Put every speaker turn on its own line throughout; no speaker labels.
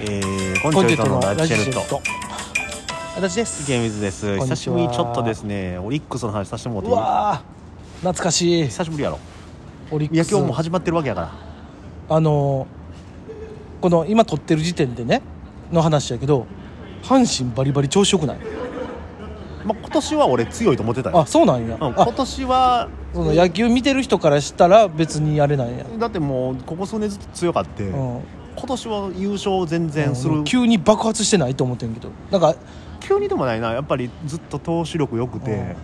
えー、コ
コ
ン
ン
チ
チ
ェ
ェ
ルトの
ルトの
ラ
ラ
ジ
ジ
シェ
シェ
ル
ル
ト
ト私です
池水です
こん
久
にちは
しぶりにちょっとですねオリックスの話させてもらって
う
いい
わー懐かしい
久しぶりやろ
オリッ
いや
ク
今日もう
ス
始まってるわけやから
あのーこの今撮ってる時点でねの話やけど阪神バリバリ調子よくない
まあ、今年は俺強いと思ってたよ
あそうなんや、
うん、
あ
今年は
その野球見てる人からしたら別にあれなんや、
だってもうここ数年ずっと強かって、
うん
今年は優勝全
う
然
ん
する、
急に爆発してないと思ってんけどなんか
急にでもないなやっぱりずっと投手力良くて、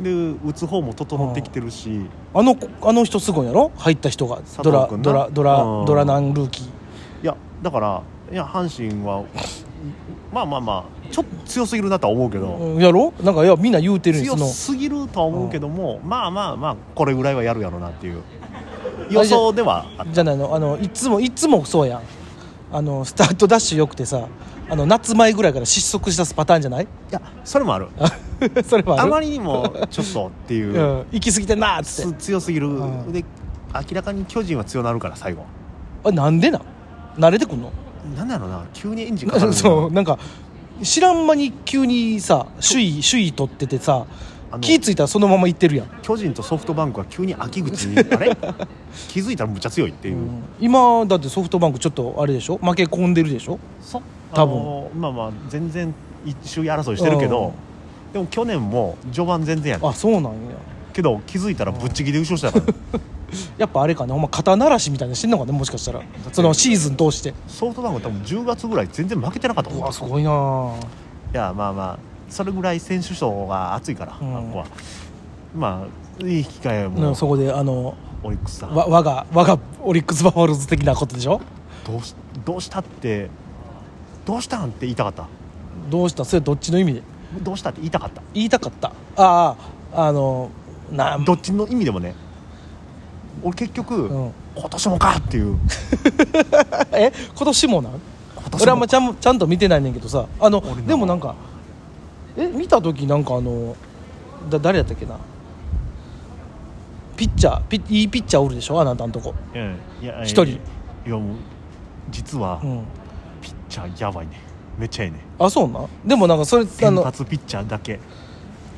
で打つ方も整ってきてるし、
あの子あの人すごいやろ入った人が
佐
ド
藤
ラ
君な
ドラドラ
うん
ドラナンルーキー
いやだからいや阪神はまあまあまあちょっと強すぎるなとは思うけど、
うんやろなんかいやみんな言うてるんや
強
その
すぎるとは思うけども、まあまあまあこれぐらいはやるやろうなっていう予想ではあっ
じゃないのあのいつもいつもそうやんあのスタートダッシュよくてさあの夏前ぐらいから失速したパターンじゃない
いやそれもある
それはあ
あ
る
まりにもちょっとっていう、
うん、行き過ぎてんなーっつっ
す
て
強すぎる、
うん
で明らかに巨人は強なるから最後
あなんでなん慣れてくんの
なんだろうな急にエンジンかかるんだ
そうなんか知らん間に急にさ首位首位取っててさ
あの
気ぃ付いたらそのまま行ってるやん、
巨人とソフトバンクは急に秋口にあ れ気づいたらむっちゃ強いっていう、
うん今だってソフトバンクちょっとあれでしょ負け込んでるでしょ
そ
多分
あのまあまあ全然一周争いしてるけど、でも去年も序盤全然やね
あそうなんや
けど気づいたらぶっちぎり優勝したから、
やっぱあれかなほんま肩慣らしみたいなのしてんのかねもしかしたら
て
そのシーズン通して
ソフトバンク多分10月ぐらい全然負けてなかったと
う
思う
わすごいなあ
いやまあまあそれぐらい選手層が熱いから、
うん
あの子はまあいい機会やも
なんそこであの
オリックスさん
わ我が我がオリックス・バファローズ的なことでしょ
どうしどうしたってどうしたんって言いたかった
どうしたそれどっちの意味で
どうしたって言いたかった
言いたかったあああのなん
どっちの意味でもね俺結局、
うん
今年もかって いう
え今年もなん
今年も
俺あんまちゃんちゃんと見てないねんけどさあの
俺な
でもなんかえ見た時なんかあのだ誰やったっけなピッチャーピッいいピッチャーおるでしょあなたんとこ
うんいや
一人
いやもう実は、
うん
ピッチャーやばいねめっちゃええね
あそうなんでもなんかそれあ
先
の
発ピッチャーだけ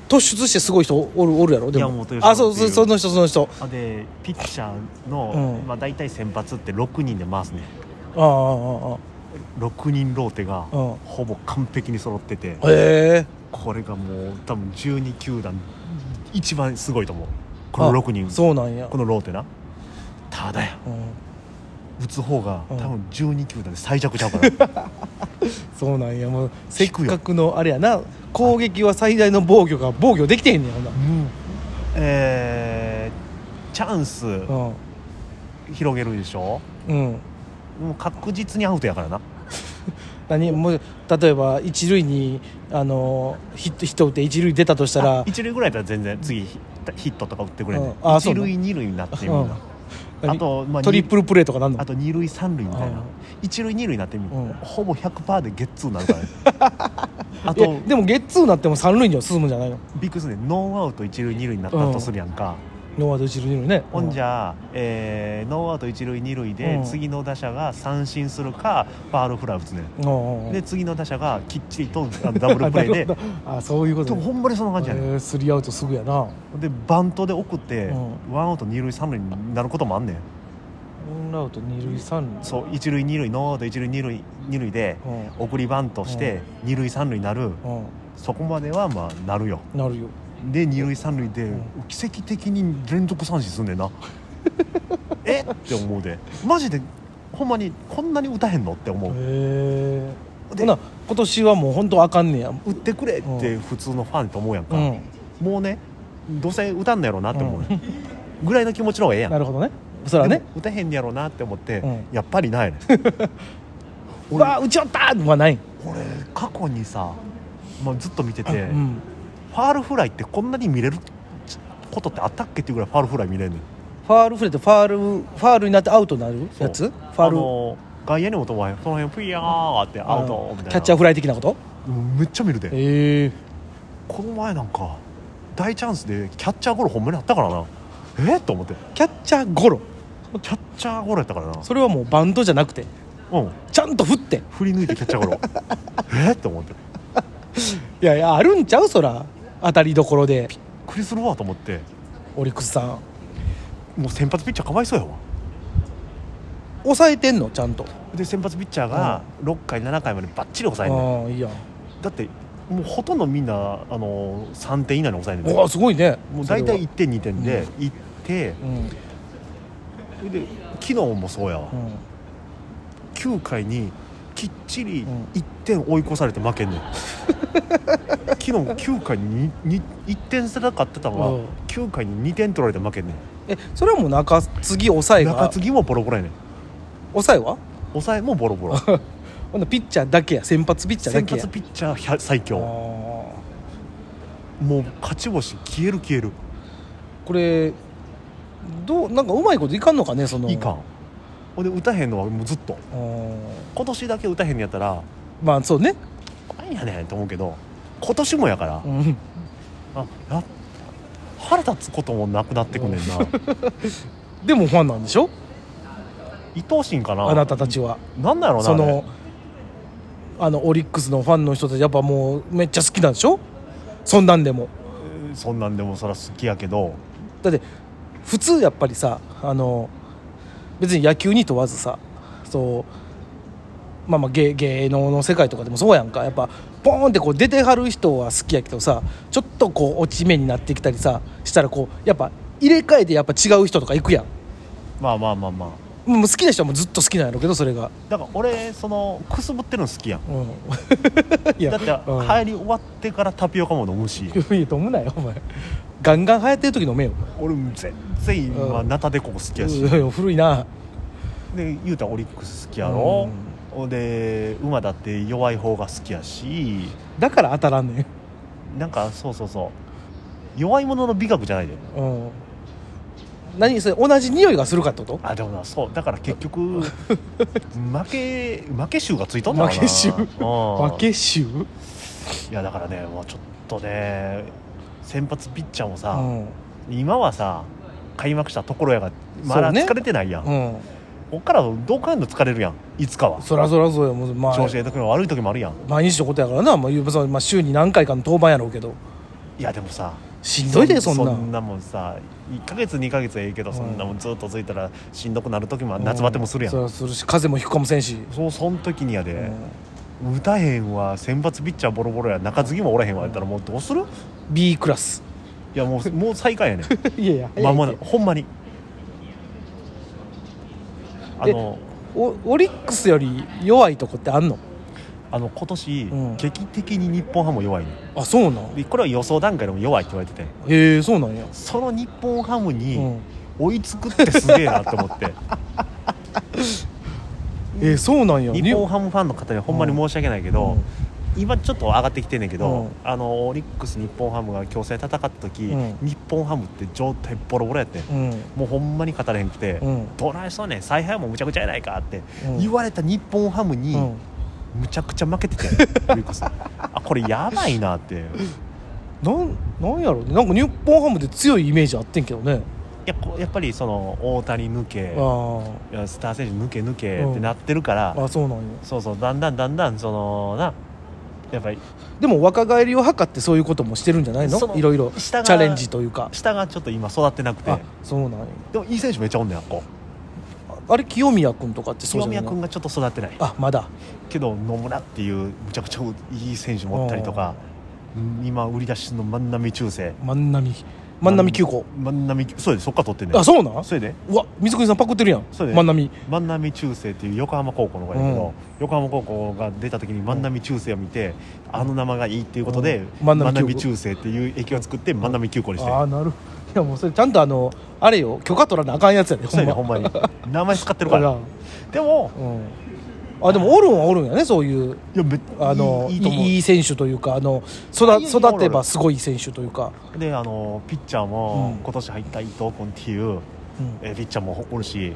突出してすごい人おるおるやろで
山
も
本由伸
あそう
ってい
そううその人その人
あでピッチャーの、
うん
まあ、大体先発って6人で回すね
あああああ
6人ローテが
うん
ほぼ完璧に揃ってて
あへえ
これがもう多分12球団一番すごいと思うこの6人
そうなんや
このローテなただや
うん
打つ方が多
うん
分12球団で最弱ちゃうから
そうなんやもうせっ
引くよ
かくのあれやな攻撃は最大の防御が防御できてへんねんほんな
うんえーチャンス広げるでしょ
うんうん
もう確実にアウトやからな
何もう例えば一塁にあのヒットヒット打って一塁出たとしたら
あ一塁ぐらいだったら全然次ヒヒットとか打ってくれんね
うんあ
一
そうね
塁二塁になってみ
うん
んな
何
あとまあ
トリプルプレーとかなんの
あと二塁三塁みたいな
うん
一塁二塁になってみん
うん
ほぼ100%でゲッツーになる からねあ
いや
と
でもゲッツーになっても三塁には進むんじゃないの
ビッグスねノーアウト一塁二塁になったとするやんか
ノーアウト一塁二塁ね
ほんじゃえーノーアウト一塁二塁で
うん
次の打者が三振するかファールフライ打つねん
うんうんうん
で次の打者がきっちりとあのダブルプレー で
あなるほどあそういうこ
で
と
も
ね
ほんまにそんな感じやねん
えースリーアウトすぐやな
でバントで送って、
う
ワンアウト二塁三塁になることもあんねん
ノーアウト二塁三塁
そう一塁二塁ノーアウト一塁二塁二塁で
うん
送りバントして二塁三塁になる
う
そこまではまあなるよ
んなるよ
で二塁三塁で
ん
奇跡的に連続三振すんねんな えって思うでマジでほんまにこんなに打たへんのって思う
へえ
で
ほな今年はもう本当あかんねや
打ってくれって普通のファンと思うやんか、
うん
もうねどうせ打たんのやろうなって思う、ねん、ぐらいの気持ちの方がええやん
なるほどねそらね
でも打てへんやろうなって思って、
うん
やっぱり ないね
うわあ打ち寄ったーはない
俺過去にさ、まあ、ずっと見てて、
う
フ
ん
ァールフライってこんなに見れることってあったっけっていうぐらいファールフライ見れんねん
ファールフレってファールファールになってアウトになるやつ
そう
ファー
あ
ル
の外野にも飛ばへんその辺ピヤーってアウトみたいな
キャッチャーフライ的なこと
うんめっちゃ見るで
ええ
この前なんか大チャンスでキャッチャーゴロほんまにあったからなえっ、と思って
キャッチャーゴロ
キャッチャーゴロやったからな
それはもうバンドじゃなくて
うん
ちゃんと振って
振り抜いてキャッチャー ゴロえっって思って
いやいやあるんちゃうそら当たりどころで
クリス・ロワーと思って
オリックスさん
もう先発ピッチャーかわいそうやわ
抑えてんのちゃんと
で先発ピッチャーが6回7回までばっちり抑えんね
ああいいやん
んだってもうほとんどみんなあの3点以内に抑えんねん
おおすごいね
もう大体1
い
点2点で行って、
うんうん
で昨日もそうやわ、9回にきっちり
うん
1点追い越されて負け んねん昨日9回にに1点差なかってたの
うん
が9回に2点取られて負けんね
えそれはもう中継ぎ抑え
ん中
が
継ぎもボロボロやねん
抑えは
抑えもボロボロ
ほんならピッチャーだけや先発ピッチャーだ
先
けや
発ピッチャーひゃ最強
あー
もう勝ち星消える消える
これどうなんかうまいこといかんのかねその
いかんほんで打たへんのはもうずっと
あー
今年だけ打たへんのやったら
まあそうね、
何やねんと思うけど今年もやから
うん、
あや腹立つこともなくなってくんね んな
でもファンなんでしょ
愛おしいんかな
あなたたちは
なんだろうな
そ
あれ
のあのオリックスのファンの人たちやっぱもうめっちゃ好きなんでしょそんなんでも
そんなんでもそら好きやけど
だって普通やっぱりさあの別に野球に問わずさそうまあまあ芸芸能の世界とかでもそうやんかやっぱポーンってこう出てはる人は好きやけどさちょっとこう落ち目になってきたりさしたらこうやっぱ入れ替えでやっぱ違う人とか行くやん
まあまあまあまあ
もう好きな人はもうずっと好きなんやろうけどそれが
だから俺そのくすぶってるの好きやん
うん い
だって
うん
入り終わってからタピオカも飲むし
いや飲むなよお前ガンガン流行ってる時飲めよ
俺全然今
うん
ナタデココ好きやし
うん 古いな
で言うたらオリックス好きやろほんで馬だって弱い方が好きやし
だから当たらんねん
なんかそうそうそう弱い者の美学じゃないで
うん何それ同じ匂いがするかってこと
あでもなそうだから結 局負け負け臭がついとんだろうな
負け臭
負
負け臭うん
いやだからねもうちょっとね先発ピッチャーも
う
さ、
ん
今はさ開幕したところやがま
そ
だ
うね
疲れてないやん、
うん
こっからどうかんの疲れるやんいつかは
そらそらそうよもうまあ
調子がいい時も悪い時もあるやん
毎日のことやからな、まあゆうべさんまあ、週に何回かの当番やろうけど
いやでもさ
しんどいでそんな
そんなもんさ1ヶ月2ヶ月はええけど、
うん
そんなもんずっとついたらしんどくなる時も夏バテもするやん、
そらするし風邪もひくかもせんし、
そうそん時にやで、
うん
打たへんわ先発ピッチャーボロボロや中継ぎもおらへんわやったらもうどうする
B クラ ス
いや もうもう最下位やねん
いやいや
まあまあほんまにあ
え
の
おオリックスより弱いとこってあんの
あの今年、
うん
劇的に日本ハム弱いね
あそうなん
でこれは予想段階でも弱いって言われてて
へえそうなんや、
その日本ハム
う
に
ん、
追いつくってすげえなと思って
えー、そうなんや
日本ハムファンの方にはほんまに申し訳ないけど、今ちょっと上がってきてんねんけど、
うん
あのオリックス日本ハムが強制戦った時、
うん
日本ハムって状態ボロボロやってん
うん
もうほんまに語れへんくて、
うん
どないしとんねん采配もむちゃくちゃやないかって
うん
言われた日本ハムに、
うん
むちゃくちゃ負け ててオリックスあこれやばいなってい
なんなんやろうねなんか日本ハムで強いイメージあってんけどね
やこやっぱりその大谷抜け
あ
いやスター選手抜け抜け
うん
ってなってるから、
ああそうなんや
そうそうだんだんだんだんそのなやっぱり
でも若返りを図ってそういうこともしてるんじゃないの
その
いろいろチ
下が
ャレンジというか
下がちょっと今育ってなくて
あそうなんや
でもいい選手めっちゃおんねんあっこ
ああれ清宮君とかってそ
清
うじゃ
宮
ない
君がちょっと育ってない
あまだ
けど野村っていうむちゃくちゃいい選手持ったりとかうん今売り出しの万波中正
万波万波急行
万波そうやでそっから取ってんねん
あそうなん
それで
うわ水国さんパクってるやん
そうやで
万波
万波中正っていう横浜高校の子やねんけど、
うん
横浜高校が出た時に万波中正を見て、あの名前がいいっていうことで、
うん
万
万
波
波急行
中正っていう駅を作って万波急行にして、
ああなるいやもうそれちゃんとあのあれよ許可取らなあかんやつやで
そうやね
ほ
ほ
ん
ん
ま
まに名前使ってるからでも
うんあでもおるんはおるんやねそういう
いやめ
あの
いい
いい
いいと思う
い選手というかあの
あい
育
いいい
育てばすごい選手というか、
であのピッチャーも、
うん
今年入った伊藤君っていう
うん
えーピッチャーもおるし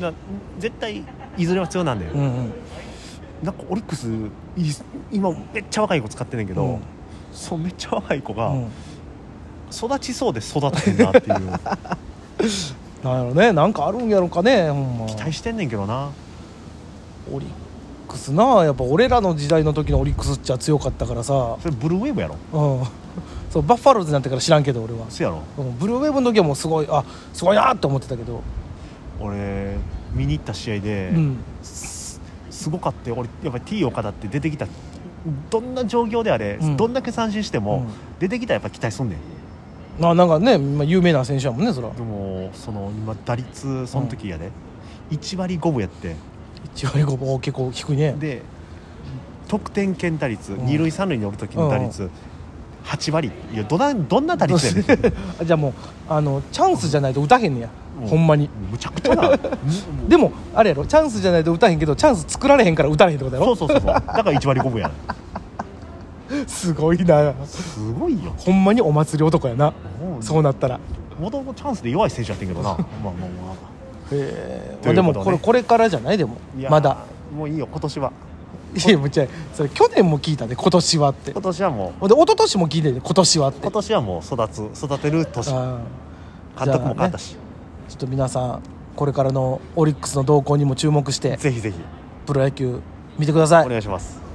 な絶対いずれは必要なんだよ、
うんうん、
なんかオリックスいい今めっちゃ若い子使ってんねんけど、
うん
そうめっちゃ若い子が、
うん
育ちそうで育ってんなって いう
なんやろねなんかあるんやろかねほんま
期待してんねんけどな
オリックスなやっぱ俺らの時代の時のオリックスっちゃ強かったからさ、
それブルーウェーブやろ
うん、 そうバッファローズになってから知らんけど俺は、
そやろ
うん、ブルーウェーブの時はもうすごいあすごいなって思ってたけど、
俺見に行った試合で、
うん
すすごかって俺やっぱり T 岡田って出てきたどんな状況であれ、
うん
どんだけ三振しても、
うん
出てきたらやっぱ期待すんねん
まあ、なんかね、まあ、有名な選手やもんねそら
でもその今打率その時やで、1割5分やって
1割5分お結構低いね
で得点圏打率、
うん
二塁三塁におる時の打率、八8割いやどなどんな打率やねん
じゃあもうあのチャンスじゃないと打たへんねや、
もう
ほんまに
むちゃく ちゃな
でもあれやろチャンスじゃないと打たへんけどチャンス作られへんから打たれへんってことや
そ
ろ
うそうそうそうだから1割5分や
すごいな
すごいよ
ほんまにお祭り男やなそうなったら
もともとチャンスで弱い選手やってんけどなまあまあま
へえ、
ということね
でもこれこれからじゃないでも
あいや
まだ
もういいよ今年はい
やむちゃいそれ去年も聞いたで今年はって
今年はもう
ほんで一昨年も聞いてて今年はって
今年はもう育つ育てる年監
あ
督
ー
も
じゃ
変わ
あ
っ
ね
たし、
ちょっと皆さんこれからのオリックスの動向にも注目して
ぜひぜひ
プロ野球見てください
お願いします